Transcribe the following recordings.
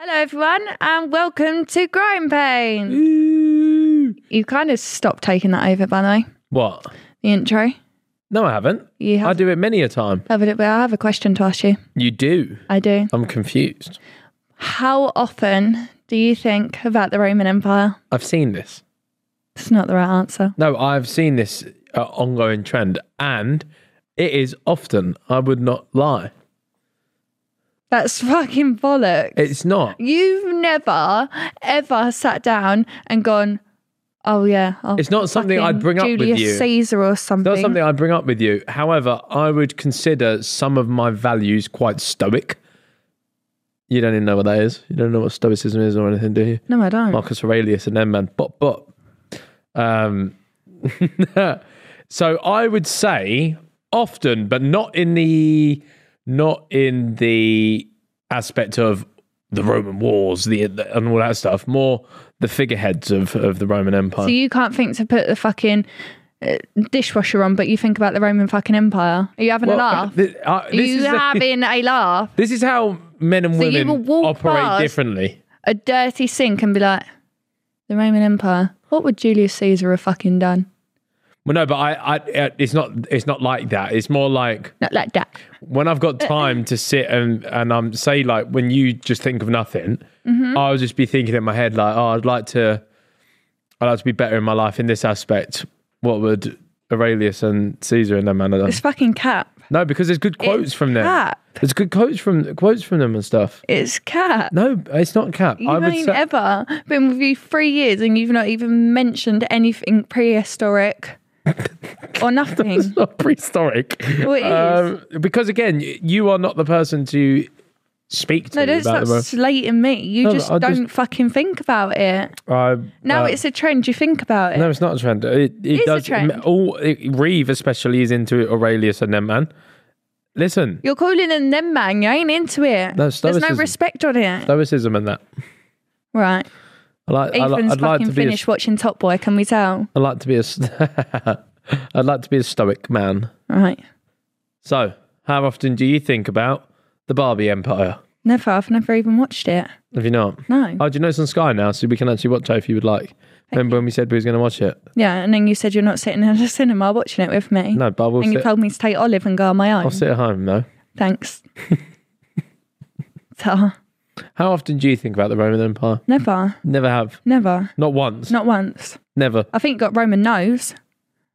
Hello, everyone, and welcome to Growing Pain. You kind of stopped taking that over, by the way. What? The intro. No, I haven't. You I have- do it many a time. Love it, but I have a question to ask you. You do. I do. I'm confused. How often do you think about the Roman Empire? I've seen this. It's not the right answer. No, I've seen this uh, ongoing trend, and it is often. I would not lie. That's fucking bollocks. It's not. You've never, ever sat down and gone, oh, yeah. I'll It's not something I'd fucking bring up with Julius you. Caesar or something. That's something I bring up with you. However, I would consider some of my values quite stoic. You don't even know what that is. You don't know what stoicism is or anything, do you? no, I don't. Marcus Aurelius and them man. But but um so I would say often, but not in the not in the aspect of the Roman wars, the, the- and all that stuff. More the figureheads of, of the Roman Empire. So you can't think to put the fucking uh, dishwasher on, but you think about the Roman fucking Empire. Are you having Well, uh, a laugh? th- I- Are this, you is the- having a laugh? this is how men and So you women will walk operate past- differently. A dirty sink and be like, the Roman Empire. What would Julius Caesar have fucking done? Well, no, but I, I, uh, it's not, it's not like that. It's more like Not like that. when I've Uh, got time to sit and and um say like when you just think of nothing, Mm-hmm. I'll just be thinking in my head like, oh, I'd like to, I'd like to be better in my life in this aspect. What would Aurelius and Caesar and them man have done? It's fucking cap. No, because there's good quotes It's from them. cap. There's good quotes from quotes from them and stuff. It's cap. No, it's not cap. You've only say- ever been with you three years and you've not even mentioned anything prehistoric or nothing. It's not prehistoric. Um, Well, it is. because again, y- you are not the person to speak to No, don't about stop the world. slating me. You No, just I just- don't fucking think about it. I- Now uh, it's a trend. You think about it. No, it's not a trend. It, it is a does. trend. m- All it, Reeve especially is into Aurelius and them man. Listen, You're calling them them man. You ain't into it. No, There's no stoicism. respect on it. stoicism and that. right. I like. I, li- Ethan's I'd like fucking to be. A, finished watching Top Boy. Can we tell? I'd like to be a. s- I'd like to be a stoic man. Right. So, how often do you think about the Barbie Empire? Never. I've never even watched it. Have you not? No. Oh, do you know it's on Sky now, so we can actually watch it if you would like. Remember when we said we was going to watch it? Yeah. And then you said you're not sitting in the cinema watching it with me. No, but I will And you sit, told me to take Olive and go on my own. I'll sit at home though. Thanks. so, How often do you think about the Roman Empire? never. Never have. Never. Not once. Not once. Never. I think you got Roman nose.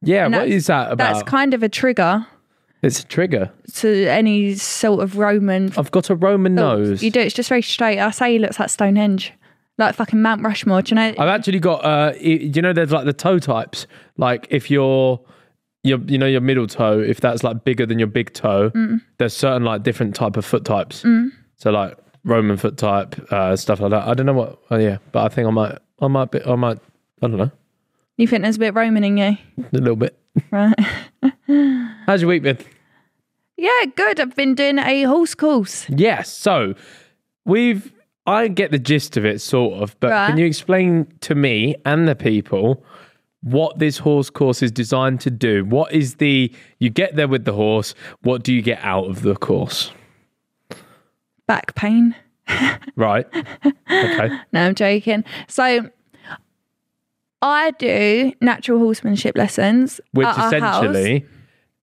Yeah. And What that's- is that about? That's kind of a trigger it's a trigger. to any sort of Roman I've got a Roman nose. You do. It's just very straight. I say he looks like Stonehenge, like fucking Mount Rushmore. Do you know? I've actually got. Uh, y- do you know there's like the toe types? Like if your your you know your middle toe, if that's like bigger than your big toe, Mm. there's certain like different type of foot types. So like Roman foot type, uh, stuff like that. I don't know what. Oh yeah, but I think I might. I might be. I might. I don't know. you think there's a bit Roman in you, A little bit. right? How's your week been? yeah, good. I've been doing a horse course. Yes. So we've. I get the gist of it, sort of, but Right. can you explain to me and the people what this horse course is designed to do? What is the. You get there with the horse, what do you get out of the course? Back pain. Right. Okay. No, I'm joking. So. I do natural horsemanship lessons, Which at our house. essentially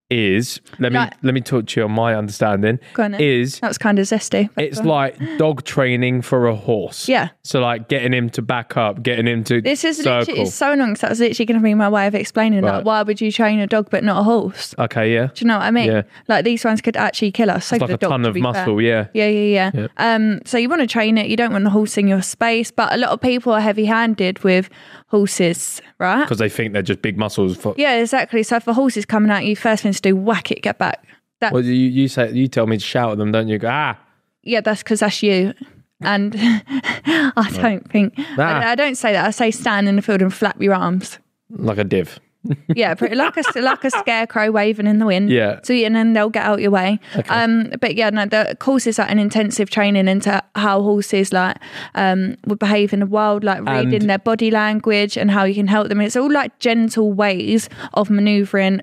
is. Let me Right. let me talk to you on my understanding. Go on then. Is that was kind of zesty. but it's go on. like dog training for a horse. Yeah. So like getting him to back up, getting him to this is circle. literally it's so long. 'cause that was literally going to be my way of explaining that. Right. Why would you train a dog but not a horse? okay, yeah. Do you know what I mean? Yeah. Like these ones could actually kill us. So It's could like a dog, ton to of be fair. muscle, yeah. Yeah, yeah, yeah. Um, so you want to train it. You don't want the horse in your space, but a lot of people are heavy-handed with horses, right? because they think they're just big muscles. For, Yeah, exactly. So if a horse is coming at you, first thing to do, whack it, get back. That Well, you, you say you tell me to shout at them, don't you? Go, ah, yeah, that's because that's you. And I don't think Nah. I, I don't say that. I say stand in the field and flap your arms. like a div. Yeah, pretty, like a like a scarecrow waving in the wind. Yeah. So and then they'll get out your way. Um, but yeah, no, the courses like an intensive training into how horses like um would behave in the wild, like reading their body language and how you can help them. It's all like gentle ways of manoeuvring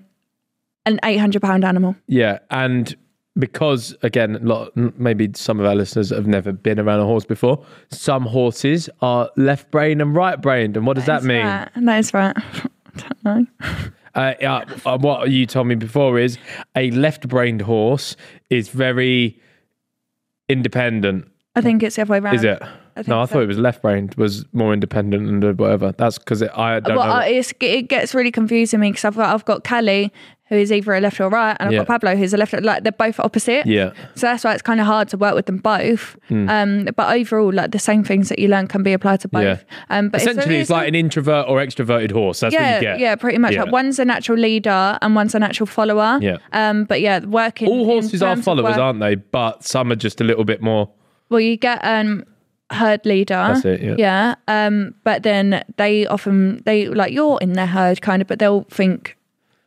an eight hundred pound animal. Yeah, and because again, a lot, m- maybe some of our listeners have never been around a horse before. Some horses are left brained and right brained, and what does that Is mean? That, that is right. don't know. Uh, yeah, uh, what you told me before is a left brained horse is very independent. I think it's the other way around. Is it? think no, I so. thought it was left brained was more independent and uh, whatever. That's because I don't Well, know. I, it's, it gets really confusing me because I've got I've got Callie who is either a left or a right, and I've Yeah. got Pablo who's a left. Like they're both opposite. yeah. So that's why it's kind of hard to work with them both. Hmm. Um, but overall, like the same things that you learn can be applied to both. Yeah. Um, but Essentially, only- it's like an introvert or extroverted horse. That's what yeah, you get. yeah, pretty much. Yeah. Like one's a natural leader and one's a natural follower. Yeah. Um, but yeah, working All in horses are terms of followers, work- aren't they? But some are just a little bit more. Well, you get um herd leader. That's it, yeah. Um, but then they often they like you're in their herd kind of, but they'll think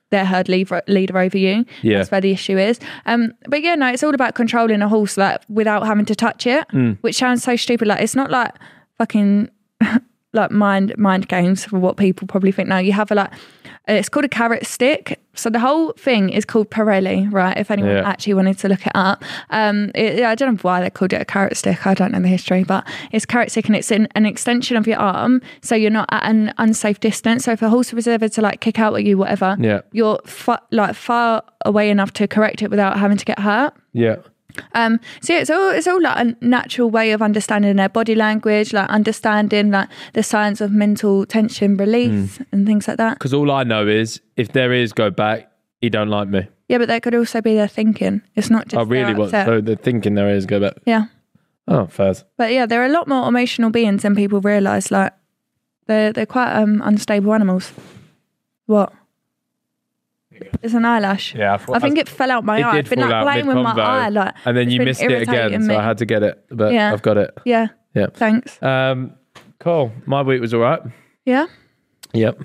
their herd leader, leader over you. Yeah. That's where the issue is. Um, but yeah, no, it's all about controlling a horse like without having to touch it, Mm. which sounds so stupid. Like it's not like fucking like mind mind games for what people probably think now. You have a like it's called a carrot stick. So the whole thing is called Pirelli, right? If anyone Yeah. actually wanted to look it up, um, it, I don't know why they called it a carrot stick. I don't know the history, but it's carrot stick and it's in an extension of your arm, so you're not at an unsafe distance. So if a horse was ever to like kick out at you, whatever, Yeah. you're fa- like far away enough to correct it without having to get hurt. Yeah. Um, so yeah, it's all it's all like a natural way of understanding their body language, like understanding like the signs of mental tension release Mm. and things like that. Because all I know is if there is go back, he don't like me. Yeah, but that could also be their thinking. It's not just I Oh, really their want. upset. So they're thinking there is go back. yeah, Oh, Faz. but yeah, they're a lot more emotional beings than people realise. Like they're they're quite um, unstable animals. What? It's an eyelash. Yeah, I I, thought- think it fell out my eye. I've been like playing with my eye, like and then it's you been missed it again, irritating so me. I had to get it. But Yeah. I've got it. yeah, Yeah. thanks. Um, cool. My week was all right. Yeah, Yep.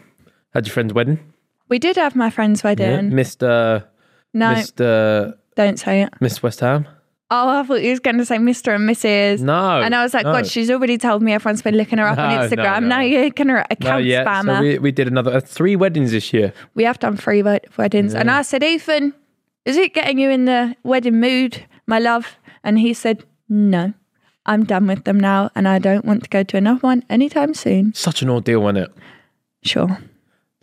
Had your friend's wedding. we did have my friend's wedding. Mr. No, Mr. don't say it. Miss West Ham. Oh, I thought he was going to say Mr. and Mrs. No, And I was like, no. God, she's already told me everyone's been looking her up No, no, on Instagram. no. Now you're going to No, account yeah. spammer. So we, we, we did another uh, three weddings this year. have done three wed- weddings. And I said, Ethan, is it getting you in the wedding mood, my love? And he said, No, I'm done with them now. And I don't want to go to another one anytime soon. Such an ordeal, wasn't it? Sure.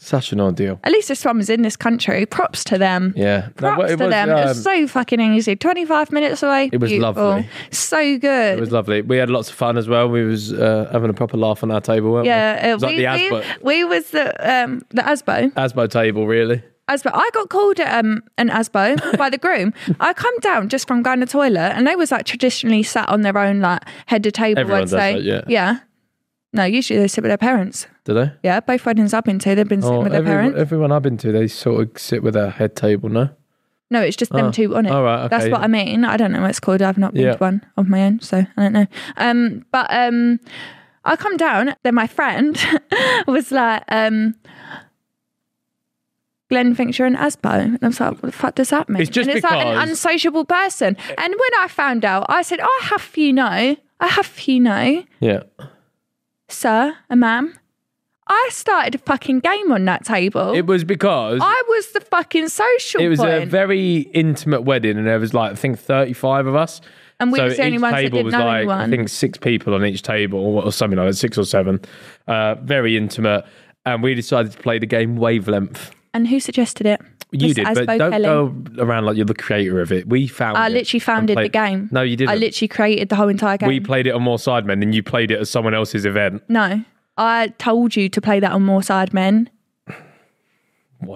Such an ordeal. At least this one was in this country. Props to them. Yeah. No, Props it to was, them. it was um, so fucking easy. 25 minutes away. It was Beautiful. lovely. So good. It was lovely. We had lots of fun as well. We was uh, having a proper laugh on our table, weren't we? Yeah, it uh, was like we, the we, Asbo, we was the um the Asbo. Asbo table, really. Asbo. I got called um an Asbo by the groom. I come down just from going to the toilet, and they was like traditionally sat on their own like head to table. Everyone I'd does say, that, yeah. No, usually they sit with their parents. Did they? Yeah, both weddings I've been to, they've been sitting with their every- parents. Oh, everyone I've been to, they sort of sit with their head table, no? No, it's just them Oh, two on it. all right, That's okay, what yeah. I mean. I don't know what it's called. I've not been Yeah. to one of my own, so I don't know. Um, but um, I come down. Then my friend was like, um, "Glenn thinks you're an asbo," and I was like, "What the fuck does that mean?" It's just and it's like an because- Eh. unsociable person. And when I found out, I said, "I have you know, I have you know, Yeah. sir and ma'am." I started a fucking game on that table. It was because Oh. I was the fucking social. it was a point. very intimate wedding, and there was like I think thirty-five of us. And we was the only each ones that table didn't was know like I anyone. think six people on each table, or, or something like that, six or seven. Uh, very intimate, and we decided to play the game Wavelength. And who suggested it? You Miss did, Asbo but don't Kelly. go around like you're the creator of it. We found. I it literally and founded the played- game. No, you didn't. I literally created the whole entire game. we played it on more Sidemen, and you played it at someone else's event. no, I told you to play that on More Side Men.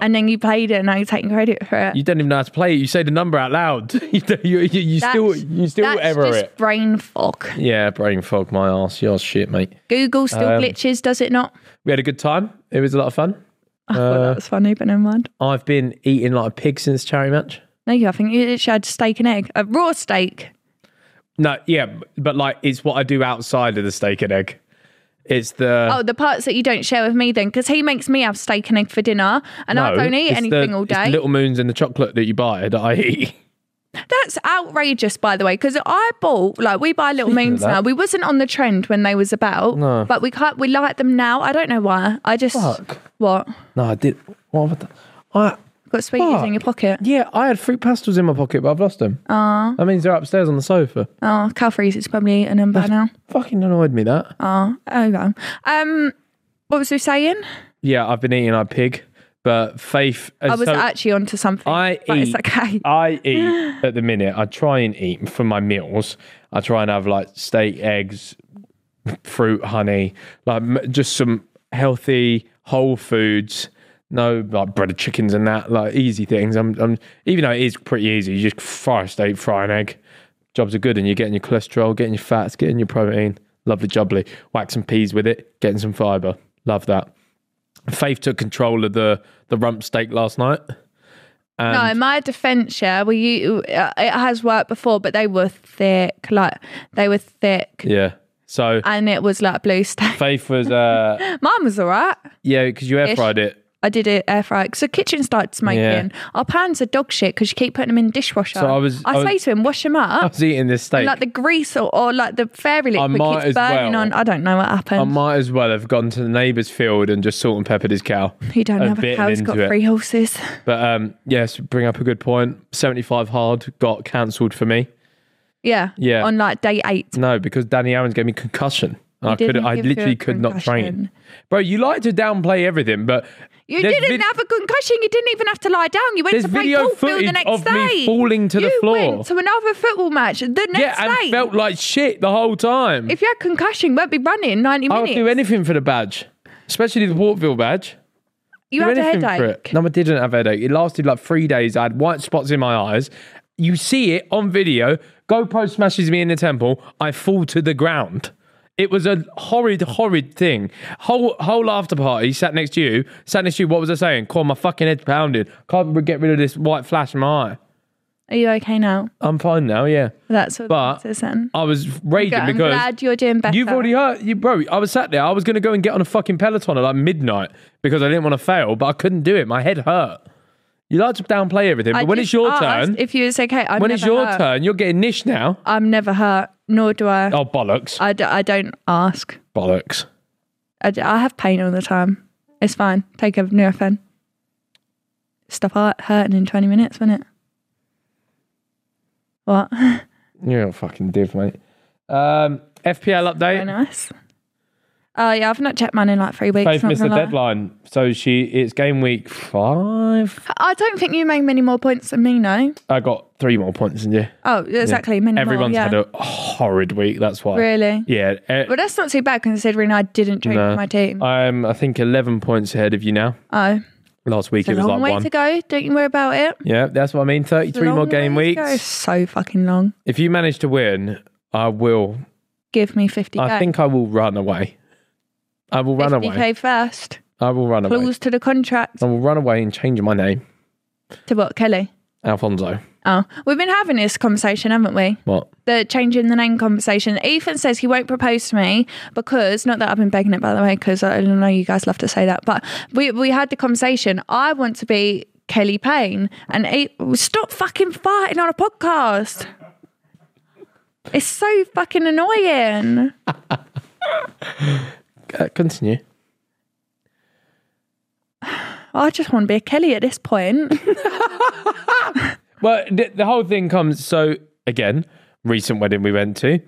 And then you played it, and now you're taking credit for it. You don't even know how to play it. You say the number out loud. you, don't- you, you, you still That's- you still that's error just it. brain fog. Yeah, brain fog my ass. Your shit, mate. Google still Um, glitches, does it not? We had a good time. It was a lot of fun. I thought uh, that was funny, but never mind. I've been eating like a pig since charity match. No, you. I think you literally had steak and egg, a raw steak. No, yeah, but like it's what I do outside of the steak and egg. It's the Oh, the parts that you don't share with me then, because he makes me have steak and egg for dinner, and I No, don't eat it's the- anything all it's the day. little moons and the chocolate that you buy that I eat. That's outrageous, by the way, because I bought like we buy little moons that- now. We wasn't on the trend when they was about, No. but we can't, we like them now. I don't know why. I just Fuck. what No, I did. What have I done? I got sweeties Fuck. in your pocket. yeah, I had fruit pastels in my pocket, but I've lost them. That means they're upstairs on the sofa. Oh, Calfrees is probably eating them by now. Fucking annoyed me that. Oh, well. um, what was we saying? yeah, I've been eating like pig, but Faith. I was so actually onto something. I but it's eat. okay. I eat at the minute. I try and eat for my meals. I try and have like steak, eggs, fruit, honey, like m- just some healthy whole foods. No, like breaded chickens and that, like easy things. I'm, I'm even though it is pretty easy, you just fry a steak, fry an egg. Jobs are good, and you're getting your cholesterol, getting your fats, getting your protein. Lovely jubbly. Whack some peas with it, getting some fiber. Love that. Faith took control of the the rump steak last night. No, in my defence, yeah, well, you uh, it has worked before, but they were thick, like they were thick, Yeah. So and it was like blue steak. Faith was, uh, Mine was alright. yeah, because you air Ish. fried it. I did it air fry because the kitchen started smoking. Our pans are dog shit because you keep putting them in the dishwasher. So I was- I, I was- say to him, wash them I up. was eating this steak. Like the grease or, or like the fairy liquid might as keeps burning well. on. I don't know what happened. I might as well have gone to the neighbour's field and just salt and peppered his cow. he don't and have a bitten cow. He's got into it. three horses. But um, yes, bring up a good point. 75 hard got cancelled for me. Yeah. Yeah. Mm. On like day eight. No, because Danny Aaron's gave me concussion. And I could didn't I give you a literally could not train. concussion. Bro, you like to downplay everything, but You there's didn't vid- have a concussion. You didn't even have to lie down. You went There's to play video ball field footage the next of me day. falling to the you floor. Went to another football match the next yeah, and day. felt like shit the whole time. if you had concussion, you won't be running ninety I minutes. would do anything for the badge, especially the Wartville badge. you do had a anything for headache. it. No, I didn't have a headache. It lasted like three days. I had white spots in my eyes. You see it on video. GoPro smashes me in the temple. I fall to the ground. It was a horrid, horrid thing. Whole whole after party sat next to you. Sat next to you. What was I saying? Call my fucking head pounded. Can't get rid of this white flash in my eye. Are you okay now? I'm fine now. Yeah, That's all. But- that is then. I was raging I'm because glad you're doing better. You've already heard, you bro. I was sat there. I was going to go and get on a fucking peloton at like midnight because I didn't want to fail, but I couldn't do it. My head hurt. You like to downplay everything, but I when just it's your asked turn, if you was okay, I'm when never it's your hurt. turn, you're getting nish now. I'm never hurt, nor do I. Oh bollocks, I, d- I don't ask. bollocks. I, d- I have pain all the time. It's fine. Take a Nurofen. Stop hurt, hurting in 20 minutes, won't it? What? You're a fucking div, mate. Um, FPL Very update. nice. Oh, yeah, I've not checked mine in like three weeks. Faith not missed the gonna lie. deadline, so she it's game week five. I don't think you made many more points than me, no. I got three more points than you. Oh, exactly. Many Everyone's more, yeah. had a horrid week. That's why. Really? Yeah. eh, Well, that's not too bad considering I didn't drink no. my team. I'm I think eleven points ahead of you now. oh, Last week it's a it was long like way one. to go. Don't you worry about it. Yeah, that's what I mean. 33 Long more game way to go. weeks. So fucking long. If you manage to win, I will. Give me 50k. I think I will run away. I will run 50k away. first. I will run away. Clause to the contract. I will run away and change my name, Oh. To what, Kelly? Alfonso. Oh, we've been having this conversation, haven't we? What? The changing the name conversation. Ethan says he won't propose to me because, not that I've been begging it, by the way, because I know you guys love to say that, but we, we had the conversation. I want to be Kelly Payne and E- stop fucking fighting on a podcast. It's so fucking annoying. Uh, continue. I just want to be a Kelly at this point. Well, the, the whole thing comes. So again, recent wedding we went to.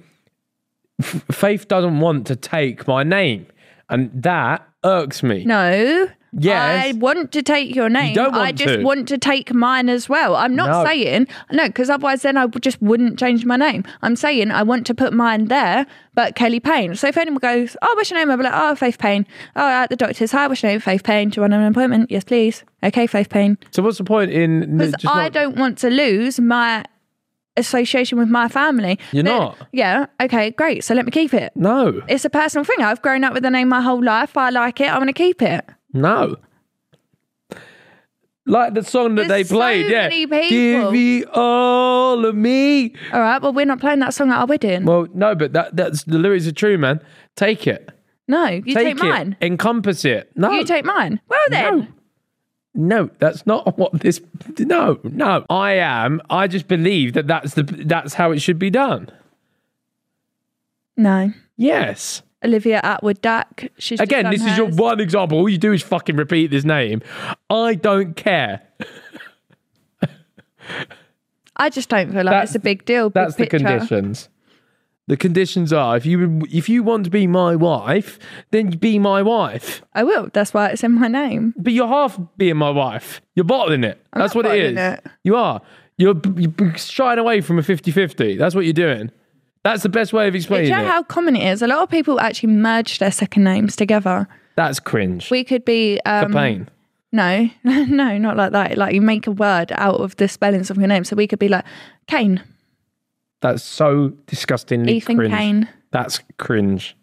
F- Faith doesn't want to take my name, and that irks me. No. Yes. I want to take your name. don't I want just to. want to take mine as well. I'm not No. saying no, because otherwise then I would- just wouldn't change my name. I'm saying I want to put mine there, but Kelly Payne. So if anyone goes, Oh, what's your name? I'll be like, Oh, Faith Payne. Oh, at the doctor's. Hi, what's your name? Faith Payne. Do you want an appointment? Yes, please. Okay, Faith Payne. So what's the point in? Because just I not- don't want to lose my association with my family. You're But- not. Yeah. Okay, great. So let me keep it. No, It's a personal thing. I've grown up with the name my whole life. I like it. I want to keep it. no. Like the song that There's they played, so yeah. many people. Give me all of me. All right, well, we're not playing that song at our wedding. Well, no, but that that's the lyrics are true, man. Take it. no, you take, it. mine. Encompass it. No. You take mine. Well then, No. No, that's not what this. No, no. I am. I just believe that that's the that's how it should be done. no. Yes. Olivia Atwood Dak. She's just Again, done this is your hers. one example. All you do is fucking repeat this name. I don't care. I just don't feel like That's- it's a big deal. Big That's the picture. conditions. The conditions are if you if you want to be my wife, then be my wife. I will. That's why it's in my name. But you're half being my wife. You're bottling it. That's not what it is. bottling it. You are. You're, b- b shying away from a 50-50. That's what you're doing. That's the best way of Do explaining you it. know how common it is? A lot of people actually merge their second names together. That's cringe. We could be um, Pain. no, no, not like that. Like you make a word out of the spellings of your name. So we could be like Kane, That's so disgustingly Ethan cringe. Kane. That's cringe.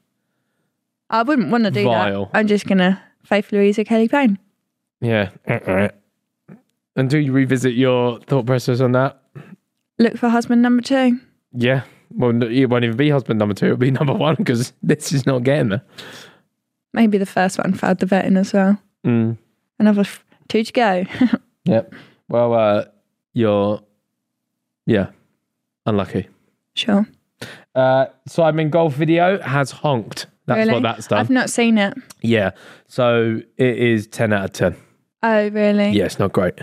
I wouldn't want to do Vile. that. I'm just gonna faith Louisa Kelly Payne. Yeah. Until you revisit your thought process on that. Look for husband number two. Yeah. Well, no, it won't even be husband number two. It'll be number one because this is not getting there. Maybe the first one for the vetting as well. Mm. Another f- two to go. Yep. Well, uh, you're, yeah, unlucky. sure. Uh, Simon Golf Video has honked. That's really? what that's done. I've not seen it. yeah. So it is 10 out of 10. Oh really? Yeah, it's not great.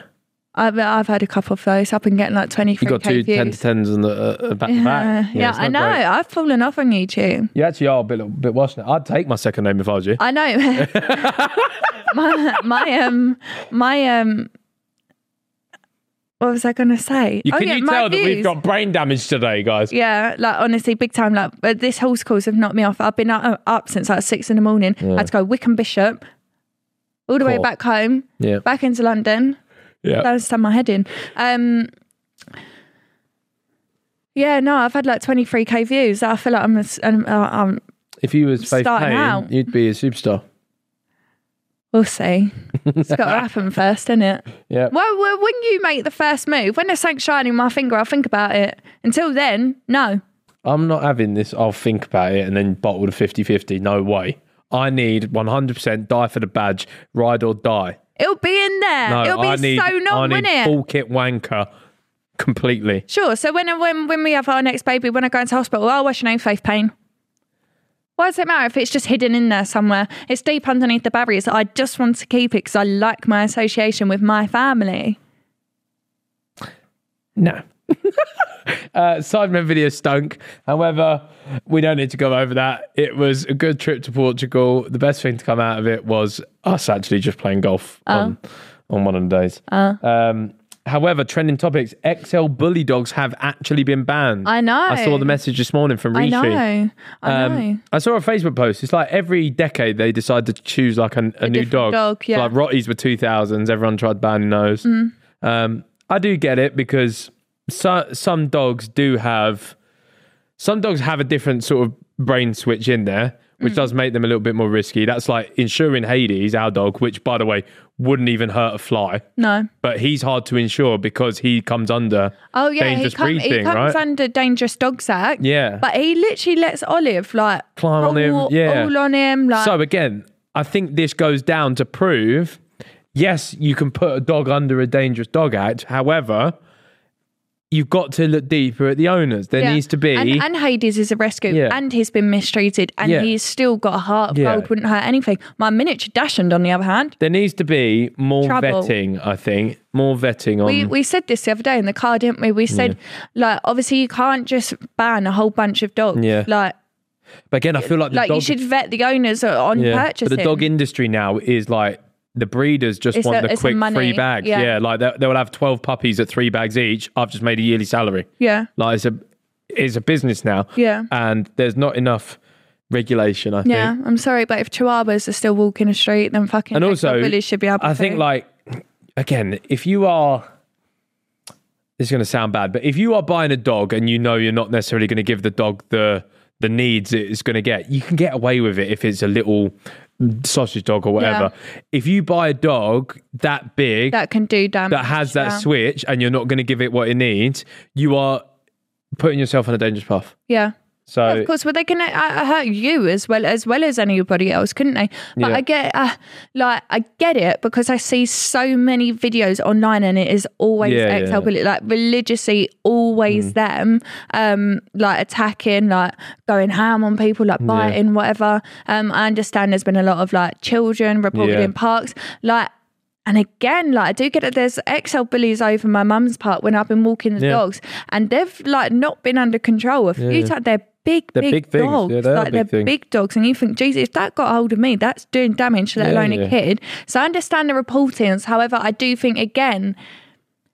I've I've had a couple of those. I've been getting like twenty You three got two k 10 to views. 10s and the uh, back to Yeah, back. yeah, it's I not know. great. I've fallen off on YouTube. You actually are a bit, a bit worse now. I'd take my second name if I was you. I know. my my um my um. What was I gonna say? You, Oh, can yeah, you my tell that we've views. got brain damage today, guys? Yeah, like honestly, big time. Like, but this whole schools have knocked me off. I've been up, up since like six in the morning. I had to go Wickham Bishop, all the way Cool. back home, Yeah. back into London. Yeah. That was time my head in. Um, yeah, no, I've had like 23k views. I feel like I'm, a s- uh, um, I'm, I'm If you was Faith starting Payne, out. you'd be a superstar. we'll see. It's got to happen first, isn't it? Yeah. Well, well, when you make the first move, when there's something shining in my finger, I'll think about it. Until then, no. I'm not having this. I'll think about it and then bottle the 50 50. No way. I need 100% die for the badge, ride or die. It'll be in there. No, It'll be I need, so I non, need won't it? full kit wanker completely. Sure. So when when when we have our next baby, when I go into hospital, oh, what's your name? Faith Payne. Why does it matter if it's just hidden in there somewhere? It's deep underneath the barriers. I just want to keep it because I like my association with my family. No. uh, Sidemen video stunk. However, we don't need to go over that. It was a good trip to Portugal. The best thing to come out of it was us actually just playing golf Ah. on, on one of the days. Um, however, trending topics XL bully dogs have actually been banned. I know. I saw the message this morning from Rishi. I know. I Um, know. I saw a Facebook post. It's like every decade they decide to choose like an, a, new dog. different dog, So, yeah. Mm. like Rotties were two thousands. Everyone tried banning those. Um, I do get it because so, some dogs do have some dogs have a different sort of brain switch in there, Mm. which does make them a little bit more risky. That's like insuring Hades, our dog, which by the way wouldn't even hurt a fly. No. But he's hard to insure because he comes under Oh yeah, dangerous he, come, breed he thing, comes right? under Dangerous Dogs Act. Yeah. But he literally lets Olive like Climb on him, crawl yeah. all on him. Like So again, I think this goes down to prove yes, you can put a dog under a dangerous dog act. However, you've got to look deeper at the owners. There Yeah. needs to be And, and Hades is a rescue, Yeah. and he's been mistreated, and Yeah. he's still got a heart of Yeah. gold, wouldn't hurt anything. My miniature Dashund, on the other hand, there needs to be more Trouble. vetting, I think. More vetting on we, we said this the other day in the car, didn't we? We said, like, obviously, you can't just ban a whole bunch of dogs. Yeah. Like, But again, I feel like the like dog you should vet the owners on Yeah. purchasing. But the dog industry now is like the breeders just It's want a- the it's a quick money, three bags. yeah. Yeah, like they, they will have twelve puppies at three bags each. I've just made a yearly salary. Yeah. like it's a it's a business now. Yeah. and there's not enough regulation. I think. yeah, I'm sorry, but if chihuahuas are still walking the street, then fucking and also really should be able I to. think like again, if you are this is going to sound bad, but if you are buying a dog and you know you're not necessarily going to give the dog the the needs it's going to get. You can get away with it if it's a little sausage dog or whatever. If you buy a dog that big that, that can do damage. has that yeah. switch and you're not going to give it what it needs, you are putting yourself on a dangerous path. Yeah. So of course, but they can uh, uh, hurt you as well as well as anybody else, couldn't they? But Yeah. I get, uh, like, I get it because I see so many videos online, and it is always Yeah, Mm. ex yeah. like religiously, always them, um, like attacking, like going ham on people, like biting, whatever. Um, I understand there's been a lot of like children reported Yeah. in parks, like. And again, like I do get that there's XL bullies over my mum's part when I've been walking the Yeah. dogs, and they've like not been under control. A few times they're big, They're big, big things. dogs. Yeah, they are like big they're things. big dogs, and you think, geez, if that got hold of me, that's doing damage, let Yeah, alone yeah. a kid. So I understand the reportings. However, I do think again.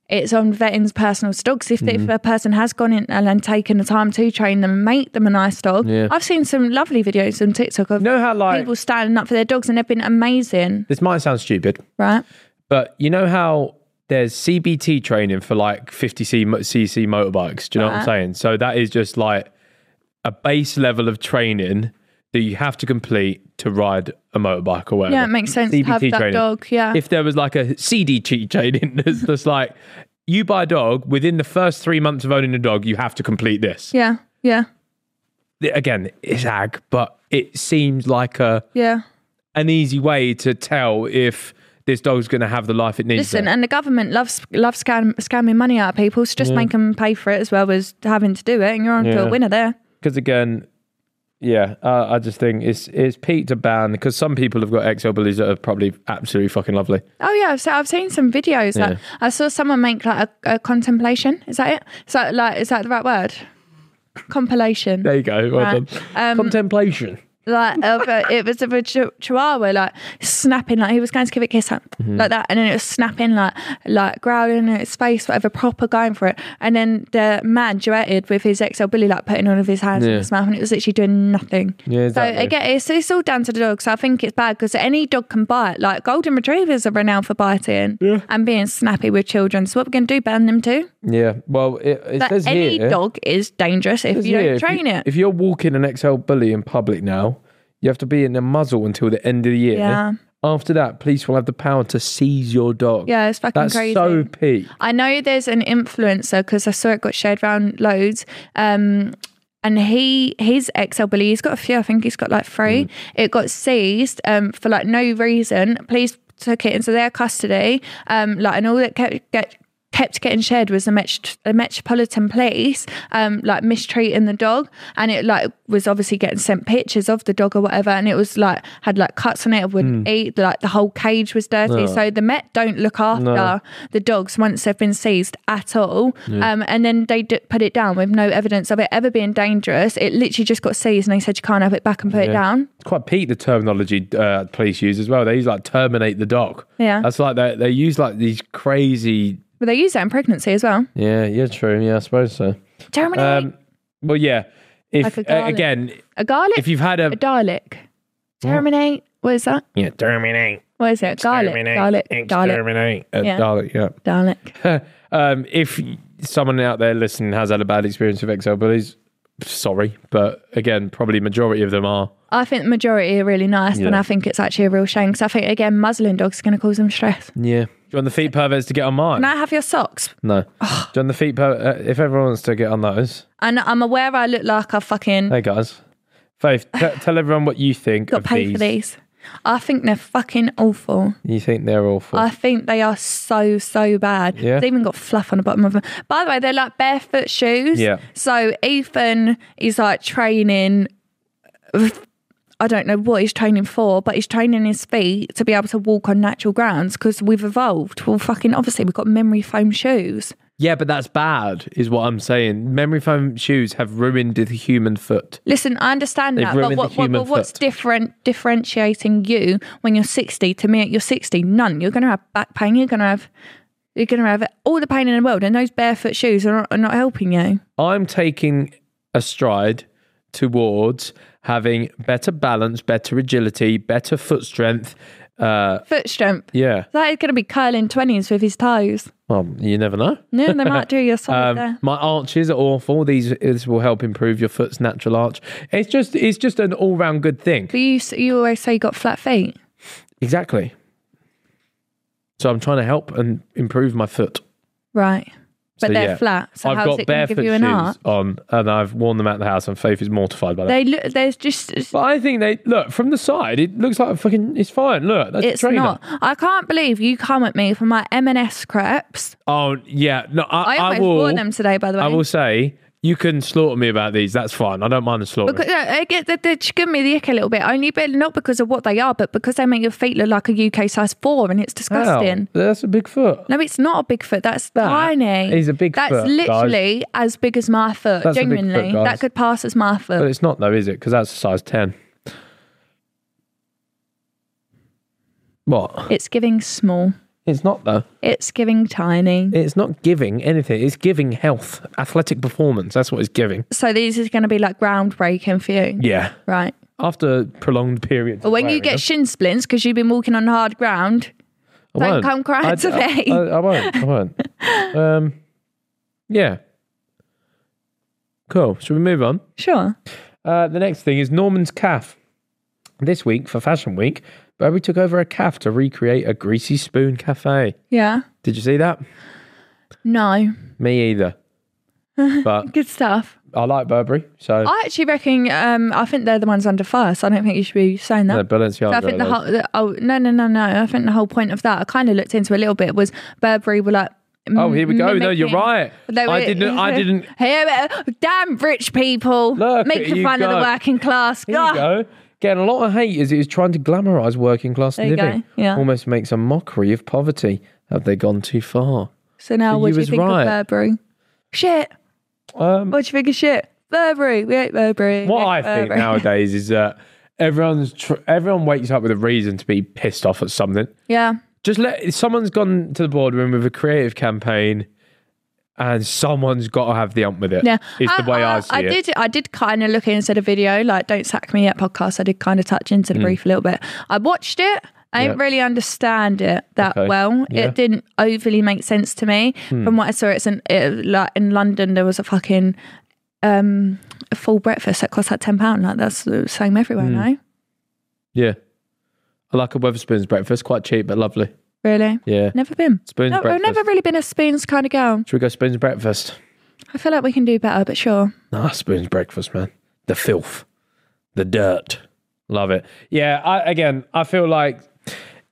It's on veterin's personal dogs. If, Mm-hmm. if a person has gone in and then taken the time to train them and make them a nice dog, Yeah. I've seen some lovely videos on TikTok of You know how, like- people standing up for their dogs and they've been amazing, this might sound stupid, right? but you know how there's CBT training for like 50 C- cc motorbikes. Do you know Uh-huh. what I'm saying? So that is just like a base level of training that you have to complete to ride a motorbike or whatever. Yeah, it makes sense to have that dog. Yeah, If there was like a CDT training that's just like you buy a dog within the first three months of owning a dog, you have to complete this. yeah, yeah, Again, it's ag, but it seems like a yeah. an easy way to tell if this dog's going to have the life it needs. Listen, to. and the government loves loves scam, scamming money out of people. So just make 'em make them pay for it as well as having to do it, and you're on to Yeah. a winner there. because again, yeah, uh, I just think it's it's peak to ban because some people have got XL bullies that are probably absolutely fucking lovely. Oh yeah, so I've seen some videos. Like, I saw someone make like a, a contemplation. Is that it? Is that like is that the right word? Compilation. There you go, well Right. Um, done. Contemplation. like of a, it was of a ch- chihuahua like snapping like he was going to give it a kiss like, Mm-hmm. like that and then it was snapping like like growling in its face whatever proper going for it and then the man duetted with his XL Billy like putting all of his hands Yeah. in his mouth and it was literally doing nothing Yeah, exactly. so again it's, it's all down to the dog so I think it's bad because any dog can bite like golden retrievers are renowned for biting and being snappy with children so what we're going to do ban them too Yeah. Well, it, it like says any here. dog is dangerous if says you don't here, if train it If you're walking an XL bully in public now, you have to be in a muzzle until the end of the year. Yeah. After that, police will have the power to seize your dog. Yeah, it's fucking That's crazy. so peak. I know there's an influencer because I saw it got shared around loads. Um, and he his XL bully, he's got a few. I think he's got like three. It got seized um, for like no reason. Police took it into their custody. Um, like and all that kept get, kept getting shared was the, met- the metropolitan police um like mistreating the dog and it like was obviously getting sent pictures of the dog or whatever and it was like had like cuts on it it wouldn't Hmm. eat like the whole cage was dirty so the met don't look after the dogs once they've been seized at all um and then they d- put it down with no evidence of it ever being dangerous it literally just got seized and they said you can't have it back and put it down It's quite peak the terminology uh, police use as well. They use like terminate the dog. Yeah. That's like they they use like these crazy. but they use that in pregnancy as well Yeah. Yeah. True. Yeah. I suppose so. Germany Um. Well. Yeah. If Like a uh, garlic. again, a garlic if you've had a a garlic terminate what is that yeah, terminate, what is it garlic terminate, garlic garlic exterminate, uh, Yeah. garlic, yeah. Dalek. um, if someone out there listening has had a bad experience with XL bullies, sorry, but again, probably majority of them are. I think the majority are really nice, and Yeah. I think it's actually a real shame because I think again, muzzling dogs is going to cause them stress. Yeah. Do you want the feet perverts to get on mine? Can I have your socks? No. Do you want the feet perverts? Uh, if everyone wants to get on those, And I'm aware I look like I fucking hey guys. Faith, t- tell everyone what you think got of paid these. for these. I think they're fucking awful. You think they're awful? I think they are so so bad. Yeah. They've even got fluff on the bottom of them. By the way, they're like barefoot shoes. Yeah. So Ethan is like training. I don't know what he's training for, but he's training his feet to be able to walk on natural grounds because we've evolved. Well, fucking obviously we've got memory foam shoes. yeah, but that's bad, is what I'm saying. Memory foam shoes have ruined the human foot. Listen, I understand They've that, but ruined the what, what, human but what's foot. different differentiating you when you're 60 to me at your 60? None. You're going to have back pain. You're going to have you're going to have all the pain in the world, and those barefoot shoes are not, are not helping you. I'm taking a stride towards having better balance, better agility, better foot strength, Uh, Foot stamp. yeah. That is going to be curling 20s with his toes. Well, you never know. No, they might do your side Um, there. my arches are awful. These this will help improve your foot's natural arch. It's just it's just an all round good thing. But you, s- you always say you got flat feet. Exactly. So I'm trying to help and improve my foot. Right. But So, they're yeah. flat. So I've how's got it going to barefoot give you an shoes arch? on, and I've worn them out the house. And Faith is mortified by that. They look, there's just, it's, but I think they look from the side. It looks like a fucking. It's fine. Look, that's a it's trainer. not. I can't believe you come at me for my M&S crepes. Oh yeah, no, I, I I, almost will. wore them today, by the way. I will say you can slaughter me about these. That's fine. I don't mind the slaughter. Because, no, it get, they, they just give me the ick a little bit. Only bit, not because of what they are, but because they make your feet look like a UK size four, and it's Ow, disgusting. that's a big foot. No, it's not a big foot. That's That tiny. is a big That's foot, literally as big as my foot. That's a big foot, genuinely, guys. that could pass as my But foot. it's not though, is it? Because that's a size ten. What? It's giving small. It's not though. It's giving tiny. It's not giving anything. It's giving health, athletic performance. That's what it's giving. so these is going to be like groundbreaking for you, Yeah. right? After prolonged periods. But of when you wearing get them- shin splints because you've been walking on hard ground, I don't won't. come crying I- to I- me. I, I won't. I won't. um, yeah. Cool. Should we move on? sure. Uh, the next thing is Norman's calf. This week for Fashion Week, Burberry took over a calf to recreate a greasy spoon cafe. Yeah. Did you see that? No. Me either. But Good stuff. I like Burberry, so I actually reckon. Um, I think they're the ones under fire, so I don't think you should be saying that. no, Balenciaga. So I think the those. whole the, oh no no no no I think the whole point of that I kind of looked into a little bit was Burberry were like m- Oh, here we go. No, you're mimicking- right. I didn't- I didn't- Here, we- damn rich people Look, making you fun of the go. working class. Here Ah. you go. Getting a lot of hate as it is trying to glamorise working class There you living. go, yeah. Almost makes a mockery of poverty. Have they gone too far? So now, So what you do you was think right. of Burberry? Shit. Um, What do you think of shit? Burberry. We hate Burberry. What We I hate think Burberry. nowadays is that everyone's tr- everyone wakes up with a reason to be pissed off at something. Yeah. Just let if someone's gone to the boardroom with a creative campaign, and someone's got to have the ump with it. Yeah, is the way I, see I it. did. I did kind of look into the video, like "Don't sack me yet" podcast. I did kind of touch into the brief a little bit. I watched it. I didn't Mm. Yeah. really understand it that Okay. well. Yeah. Hmm. It didn't overly make sense to me. From what I saw, it's in it, like in London. There was a fucking um, a full breakfast that cost like ten pound. Like that's the same everywhere, Hmm. no? Yeah, I like a Weatherspoons breakfast. Quite cheap but lovely. Really? Yeah, Never been. Spoons No, I've breakfast. never really been a spoons kind of girl. Should we go spoons breakfast? I feel like we can do better, but sure. Nah, spoons breakfast, man. The filth, the dirt. Love it. Yeah, I, again, I feel like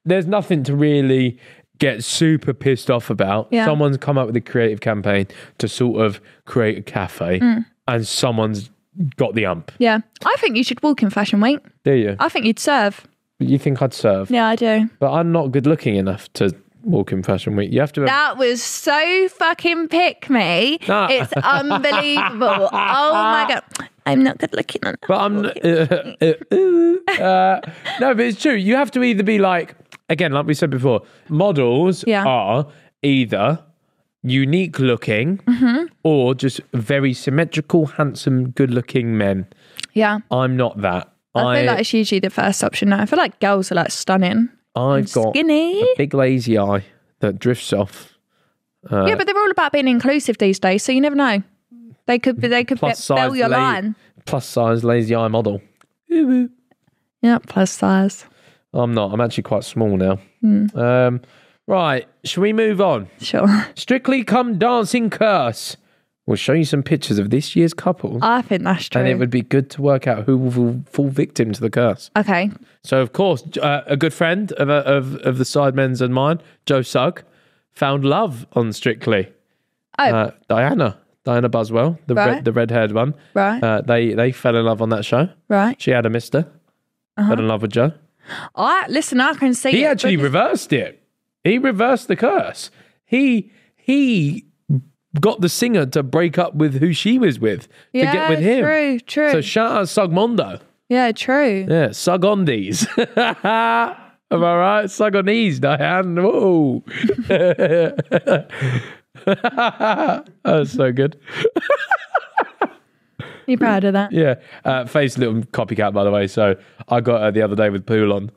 there's nothing to really get super pissed off about. Yeah. Someone's come up with a creative campaign to sort of create a cafe, Mm. and someone's got the ump. Yeah, I think you should walk in fashion week. Do you? I think you'd serve. you think I'd serve? Yeah, I do. But I'm not good looking enough to walk in fashion week. You have to. That was so fucking pick me. Nah. It's unbelievable. oh my god. I'm not good looking. enough. But I'm uh, no, but it's true. You have to either be like again, like we said before, models Yeah. are either unique looking Mm-hmm. or just very symmetrical, handsome, good looking men. Yeah. I'm not that. I I, feel like it's usually the first option now. I feel like girls are like stunning. I've got skinny. a big lazy eye that drifts off. yeah, but they're all about being inclusive these days, so you never know. They could be they could be, Plus size, your la- line. plus size lazy eye model. Yeah, plus size. I'm not. I'm actually quite small now. Hmm. Um, right, shall we move on? Sure. Strictly Come Dancing Curse. We'll show you some pictures of this year's couple, I think that's Oh, true. and it would be good to work out who will fall- fall victim to the curse. okay. So, of course, uh, a good friend of, uh, of of the Sidemen's and mine, Joe Sugg, found love on Strictly. Oh. Uh, Diana, Diana Buswell, the Right. red, the red-haired one. Right. Uh, they they fell in love on that show. Right. She had a mister, Uh-huh. fell in love with Joe. I listen, I can see He it actually because- reversed it. He reversed the curse. He he got the singer to break up with who she was with yeah, to get with him. True, true. So shout out Sugmondo. yeah, true. Yeah, Sugondies. Am I right? Sugonese, Diane. Whoa. That's so good. You proud of that? Yeah. Uh, Faith's a little copycat, by the way. So I got her the other day with Pool on.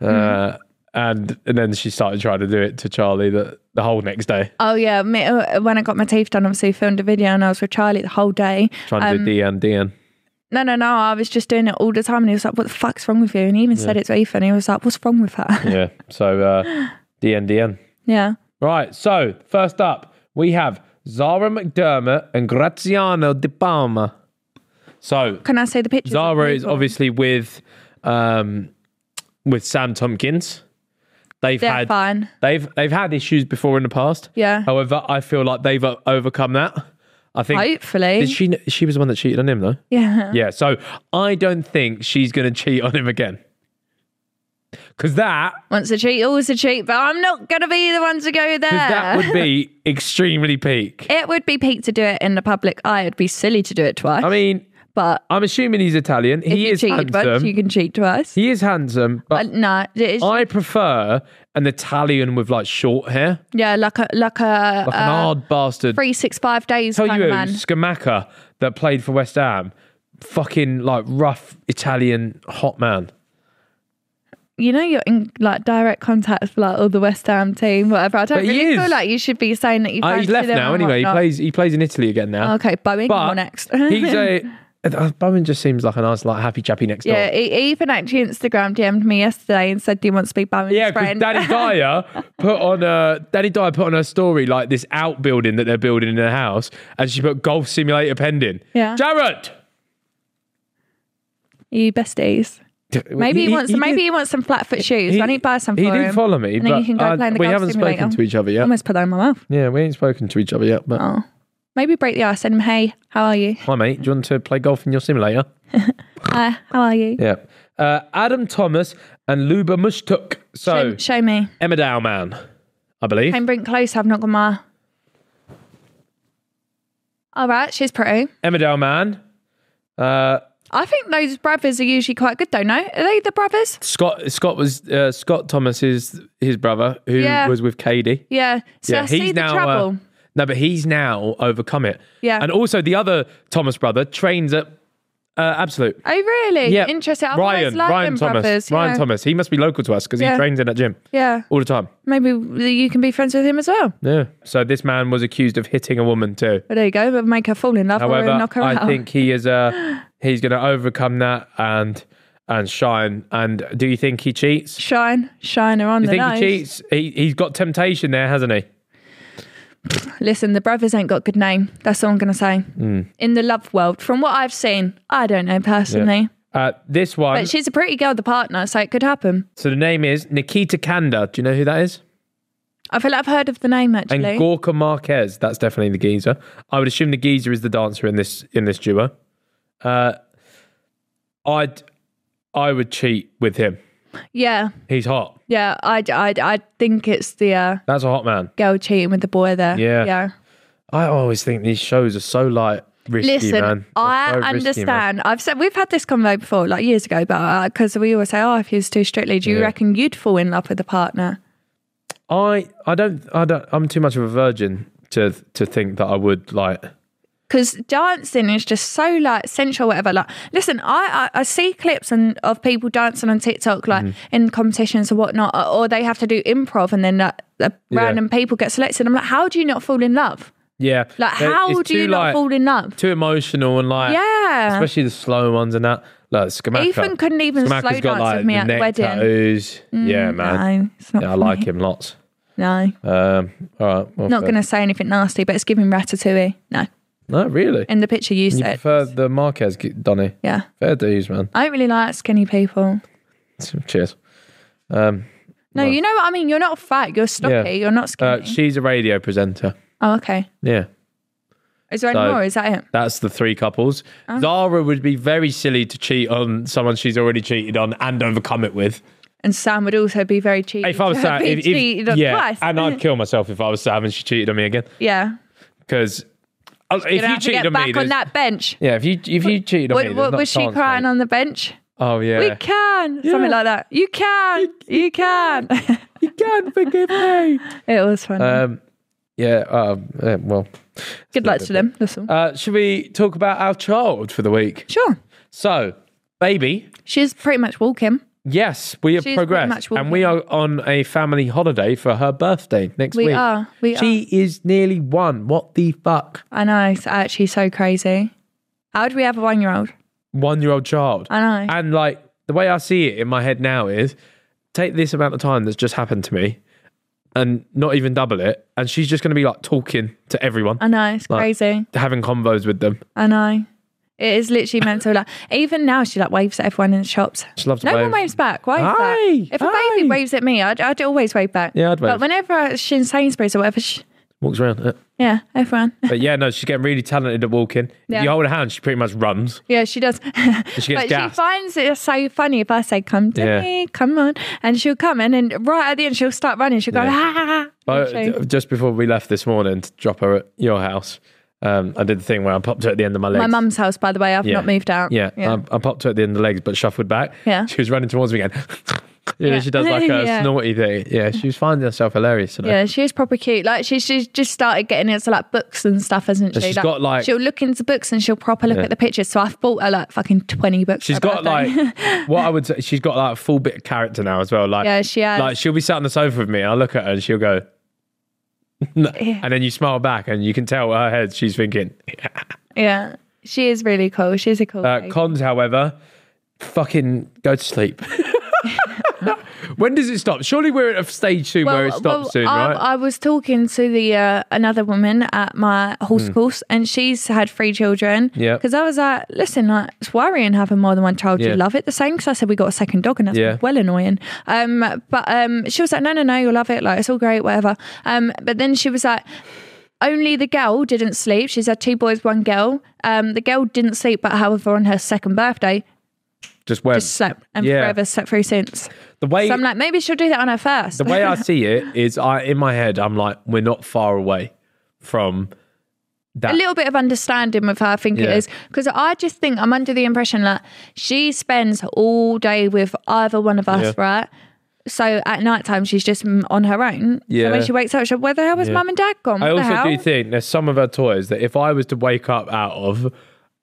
Uh, and and then she started trying to do it to Charlie the, the whole next day, Oh yeah, me, uh, when I got my teeth done, obviously filmed a video, and I was with Charlie the whole day. trying to do DN DN. No, no, no, I was just doing it all the time, and he was like, "What the fuck's wrong with you?" And he even said it to Ethan. He was like, "What's wrong with her?" Yeah, so uh, DN DN. yeah. Right, so first up, we have Zara McDermott and Graziano Di Palma. So Can I see the pictures? of Zara is people? obviously with um, with Sam Tompkins. They've They're had fine. they've they've had issues before in the past. Yeah. However, I feel like they've uh, overcome that. I think Hopefully. did she she was the one that cheated on him though. Yeah. Yeah, so I don't think she's going to cheat on him again. Cuz that Once a cheat, always a cheat. But I'm not gonna be the one to go there. 'cause that would be extremely peak. it would be peak to do it in the public eye. It'd be silly to do it twice. I mean, but I'm assuming he's Italian. if He you is cheat handsome. once, you can cheat twice. He is handsome, Uh, but no, it is, I prefer an Italian with like short hair, yeah, like a like a like an uh, hard bastard. three six five days Tell kind you of who, man. Scamacca that played for West Ham, fucking like rough Italian hot man. you know you're in like direct contact with like all the West Ham team, whatever. I don't But he really is. feel like you should be saying that you. Uh, fancy he's left them now and anyway. He whatnot. plays. He plays in Italy again now. Okay, Boeing. but But next. he's a. uh, Bowman just seems like a nice, like happy chappy next Yeah, door. he, he even actually Instagram DM'd me yesterday and said, "Do you want to be Boeing's Yeah, because friend?" Danny Dyer put on a Danny Dyer put on her story like this outbuilding that they're building in her house, and she put golf simulator pending. Yeah. Jared. you besties. Maybe he, wants. maybe he wants some flat foot shoes. I need to buy some for He him. did follow me, And then but you can go uh, play in the we golf haven't simulator. spoken to each other yet. Almost put that in my mouth. Yeah, we ain't spoken to each other yet. But Oh, maybe break the ice. Send him, "Hey, how are you? hi, mate. Do you want to play golf in your simulator? Hi, how are you? Yeah. Uh, Adam Thomas and Luba Mushtuk. So Show, show me. Emma Dowman, I believe. Came bring close. I've not got my. All right, she's pretty. Emma Dowman, uh, I think those brothers are usually quite good, though. No, are they the brothers? Scott. Scott was uh, Scott Thomas is his brother who Yeah. was with Katie. Yeah. So I see the uh, trouble. no, but he's now overcome it. Yeah. And also the other Thomas brother trains at uh, Absolute. oh, really? Yeah. Interesting. I've always Ryan, liked Ryan them Thomas. brothers. Ryan yeah. Thomas. He must be local to us because Yeah. he trains in that gym Yeah. all the time. Maybe you can be friends with him as well. Yeah. So this man was accused of hitting a woman too. But there you go. But make her fall in love or However, Oh, knock her out. I think he is uh he's going to overcome that and and shine. And do you think he cheats? Shine, shine her on You the think nose. he cheats? He he's got temptation there, hasn't he? Listen, the brothers ain't got good name. That's all I'm gonna say. Hmm. In the love world, from what I've seen, I don't know personally, Uh, this one. but she's a pretty girl, the partner, so it could happen. so the name is Nikita Kanda. Do you know who that is? I feel like I've heard of the name actually. And Gorka Marquez. That's definitely the geezer. I would assume the geezer is the dancer in this in this duo. Uh, I'd I would cheat with him. yeah, He's hot. yeah. I, I, I think it's the uh, That's a hot man. girl cheating with the boy there. Yeah. yeah. I always think these shows are so like risky, Listen, man. They're I so risky, man. understand. I've said we've had this convo before, like years ago, but because we always say, "Oh, if he was too strictly, do you Yeah. reckon you'd fall in love with a partner?" I I don't I don't I'm too much of a virgin to to think that I would like because dancing is just so like sensual, whatever. Like, listen, I I, I see clips and of people dancing on TikTok, like Mm-hmm. in competitions and whatnot, or, or they have to do improv, and then like, the Yeah. random people get selected. I'm like, how do you not fall in love? yeah Like, It- how it's do you too, not like, fall in love? too emotional and like Yeah. especially the slow ones and that like Skamaka Ethan couldn't even Skamaka's slow got dance like with me the at the neck wedding. Mm, tattoos. yeah man No, it's not. yeah, I for like me. him lots No, um all right well, not fair. going to say anything nasty, but it's giving ratatouille. No, no really in the picture you you said, prefer the Marquez g- Donny yeah. fair dues man I don't really like skinny people. cheers um No, you know what I mean. You're not fat. You're stocky. Yeah. You're not uh, skinny. she's a radio presenter oh, okay. yeah Is there any So- more? Is that it? That's the three couples. Oh. Zara would be very silly to cheat on someone she's already cheated on and overcome it with. And Sam would also be very cheap. If I was Sam, if, if- cheated on yeah, twice. and I'd kill myself if I was Sam and she cheated on me again. yeah. Because if Gonna you have to cheated get on back me, on there's- that bench. yeah, if you if you cheated on What, me, there's what not was a she chance, crying mate. on the bench? Oh yeah, We can something like that. You can, you can. you can forgive me. it was funny. Um, yeah, um, yeah, well, Good luck to them. Listen, uh, should we talk about our child for the week? sure. So, baby, She's pretty much walking. Yes, we have She's pretty much progressed, walking. and we are on a family holiday for her birthday next We week. are, we she is nearly one. What the fuck? I know. It's actually so crazy. How do we have a one year old? One-year-old child. I know. And like the way I see it in my head now is take this amount of time that's just happened to me and not even double it. And she's just going to be like talking to everyone, I know. It's Like- crazy. having convos with them. I know. It is literally mental. Like even now, she like waves at everyone in the shops. She loves to No wave. one waves back. Why is Aye, that? If a baby aye. waves at me, I'd, I'd always wave back. Yeah, I'd wave. But whenever she's in Sainsbury's or whatever, she, Walks around. yeah, everyone. But yeah, no, she's getting really talented at walking. Yeah. If you hold her hand, she pretty much runs. Yeah, she does. she gets but she gassed. finds it so funny if I say, "Come to Yeah. me, come on," and she'll come, and then right at the end, she'll start running. She'll go, "Ah!" But She'll- just before we left this morning to drop her at your house, um, I did the thing where I popped her at the end of my legs. My mum's house, by the way. I've Yeah. not moved out. Yeah, uh, I, I popped her at the end of the legs, but shuffled back. Yeah. she was running towards me again. you know, Yeah. she does like a Yeah. snorty thing. Yeah, she was finding herself hilarious today. Yeah, she is proper cute. Like she, she's just started getting into like books and stuff, hasn't she? she's got, like- she'll look into books and she'll proper look at the pictures. So I've bought her like fucking twenty books. She's for her got birthday. like what I would say. She's got like a full bit of character now as well. Like Yeah, she has. Like she'll be sat on the sofa with me, and I will look at her, and she'll go, and then you smile back, and you can tell her head she's thinking. yeah, she is really cool. She's a cool. Uh, lady. cons, however, fucking go to sleep. when does it stop? Surely we're at a stage soon where it stops soon, I, right? I was talking to the uh, another woman at my horse Hmm. course, and she's had three children. Yeah. because I was like, listen, like, it's worrying having more than one child. Yeah. You love it the same because I said we got a second dog, and that's Yeah. well annoying. Um, but um, she was like, no, no, no, you'll love it. Like it's all great, whatever. Um, but then she was like. Only the girl didn't sleep. She's had two boys, one girl. Um, the girl didn't sleep, but however, on her second birthday, just went. just slept and Um, Yeah. forever slept through since. the way So I'm like, maybe she'll do that on her first. the way I see it is, I in my head, I'm like, we're not far away from that. a little bit of understanding with her, I think Yeah. it is. Because I just think I'm under the impression that she spends all day with either one of us, Yeah. right? So at night time, she's just mm, on her own. Yeah. So when she wakes up, she'll, where the hell was mum and dad gone? What I the also hell? do think there's some of her toys that if I was to wake up out of,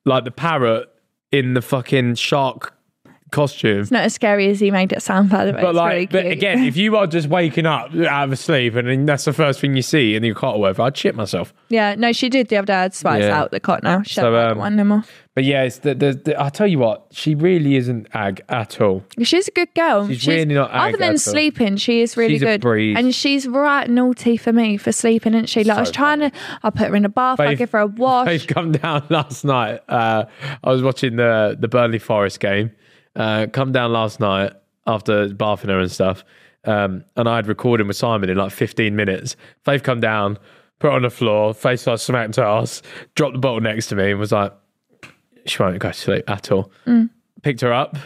like the parrot in the fucking shark costume. it's not as scary as he made it sound, by the way. But It's like, really but cute. again, if you are just waking up out of sleep and then that's the first thing you see and you can't over, I'd shit myself. yeah, no, she did the other day. I'd spice Yeah. out the cot now. She So, don't like um, the one no more. But yeah, it's the, the, the I tell you what, she really isn't ag at all. She's a good girl. She's really not Other ag at all. than sleeping, she is really She's a good. breeze. And she's right naughty for me for sleeping, isn't she? Like I was trying to, I put her in a bath, I Faith- give her a wash. They've come down last night. Uh, I was watching the the Burnley Forest game. Uh, come down last night after bathing her and stuff. Um, and I had recording with Simon in like 15 minutes. Faith come down, put her on the floor, face like smacked her ass, dropped the bottle next to me and was like, she won't go to sleep at all. Mm. Picked her up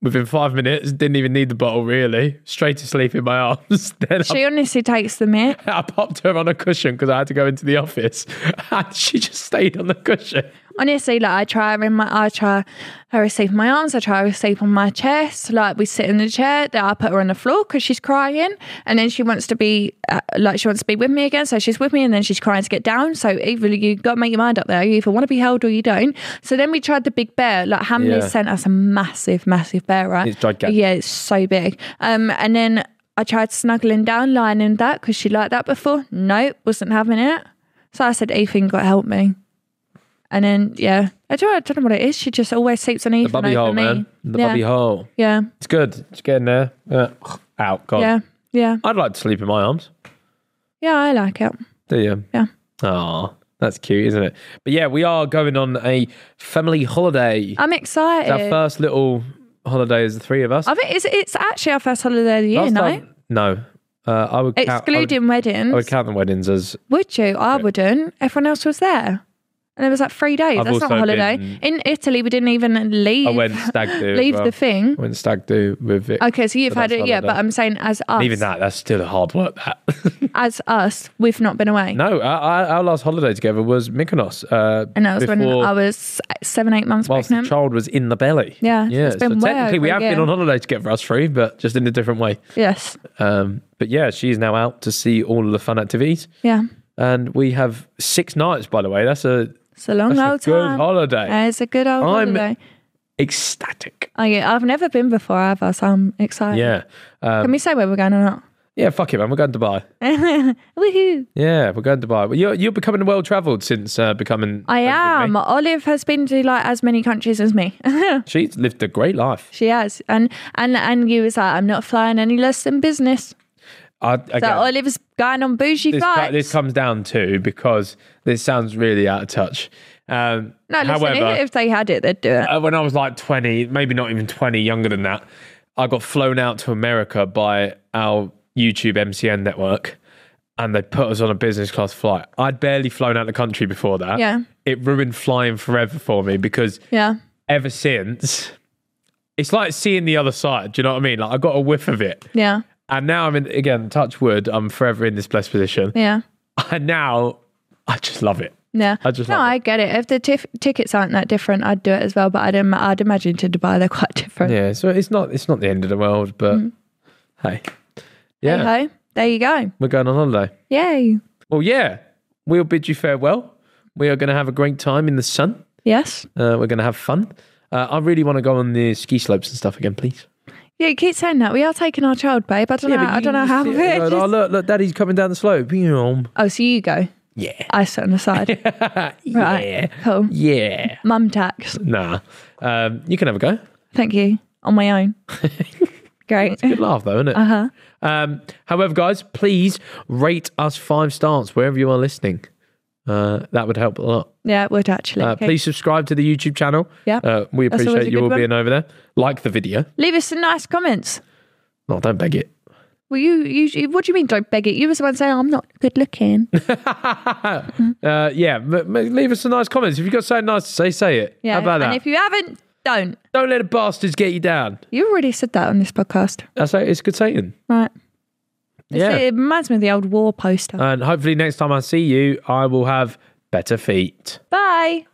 within five minutes, didn't even need the bottle really, straight to sleep in my arms. then I She honestly takes the mitt. I popped her on a cushion because I had to go into the office, and she just stayed on the cushion. Honestly, like I try her in my, I try her asleep in my arms. I try her asleep on my chest. Like we sit in the chair. Then I put her on the floor because she's crying, and then she wants to be uh, like she wants to be with me again. So she's with me, and then she's crying to get down. So either you got to make your mind up there. You either want to be held or you don't. So then we tried the big bear. Like Hamley Yeah. sent us a massive, massive bear, right? It's gigantic. Yeah, it's so big. Um, and then I tried snuggling down, lying in that because she liked that before. Nope, wasn't having it. So I said, Ethan, got to help me. And then, yeah, I don't, I don't know what it is. She just always sleeps on Ethan over me. yeah. hole. Yeah, It's good. It's getting there. Yeah. Out. God. yeah, yeah, I'd like to sleep in my arms. yeah. I like it. Do you? Yeah. Oh, that's cute, isn't it? But yeah, we are going on a family holiday. I'm excited. Our first little holiday is the three of us. I think it's, it's actually our first holiday of the year, Last no? time- no. Uh, I would count- I would- Excluding weddings. I would count the weddings as Would you? I wouldn't. Everyone else was there. And it was like three days. I've That's not a also holiday. been- In Italy, we didn't even leave. I went stag do. as leave well. the thing. I went stag do with it. Okay, so you've But had that's it, yeah. holiday. But I'm saying, as us, Even that, that's still hard work. That. as us, we've not been away. No, our, our- our last holiday together was Mykonos. Uh, and that was before- when I was seven, eight months whilst the pregnant. child was in the belly. Yeah, so yeah. it's been so way technically, we over a have been year. on holiday together, us three, but just in a different way. yes, Um, but yeah, she's now out to see all of the fun activities, yeah. and we have six nights. By the way, that's a It's a long that's a old good time. holiday. Uh, It's a good old I'm holiday. ecstatic. Oh, yeah, I've never been before either, so I'm excited. Yeah. Um, Can we say where we're going or not? yeah, fuck it, man. We're going to Dubai. Woohoo! Yeah, we're going to Dubai. Well, You're, you're becoming well travelled since uh, becoming. I friends with am. me. Olive has been to like as many countries as me. She's lived a great life. she has, and and and you was like, I'm not flying any less than business. I, So again, Olive's going on bougie this, flights. this comes down to because this sounds really out of touch. Um, no, listen, however, if, if they had it, they'd do it. uh, when I was like 20, maybe not even 20, younger than that, I got flown out to America by our YouTube MCN network and they put us on a business class flight. I'd barely flown out the country before that. Yeah. It ruined flying forever for me because Yeah. ever since, it's like seeing the other side. Do you know what I mean? Like I got a whiff of it. Yeah. And now I'm in, again, touch wood, I'm forever in this blessed position. Yeah. And now I just love it. Yeah. I just no, love it. I get it. If the tif- tickets aren't that different, I'd do it as well. But I'd, Im- I'd imagine to Dubai, they're quite different. Yeah. So it's not, it's not the end of the world, but Mm. hey. Yeah. Hey-ho. There you go. We're going on holiday. Yay. Well, yeah, we'll bid you farewell. We are going to have a great time in the sun. Yes. Uh, we're going to have fun. Uh, I really want to go on the ski slopes and stuff again, please. Yeah, you keep saying that. We are taking our child, babe. I don't know. I don't know how. Go, oh, look, look, daddy's coming down the slope. Yeah. Oh, so you go. Yeah. I sit on the side. Yeah. cool. Yeah. Mum tax. Nah. Um, you can have a go. Thank you. On my own. Great. Good laugh, though, isn't it? Uh-huh. Um, however, guys, please rate us five stars wherever you are listening. Uh, that would help a lot. Yeah, it would actually. Uh, Okay. Please subscribe to the YouTube channel. Yeah. Uh, we That's always appreciate a you good all one. being over there. Like the video. Leave us some nice comments. No, don't beg it. Well, you, you, you- what do you mean, don't beg it? You was the one saying, I'm not good looking. Uh, yeah, m- m- leave us some nice comments. If you've got something nice to say, say it. Yeah. How about and that? if you haven't, don't. Don't let the bastards get you down. You've already said that on this podcast. That's it. It's good saying. Right. Yeah. Uh, It reminds me of the old war poster. And hopefully next time I see you, I will have better feet. Bye.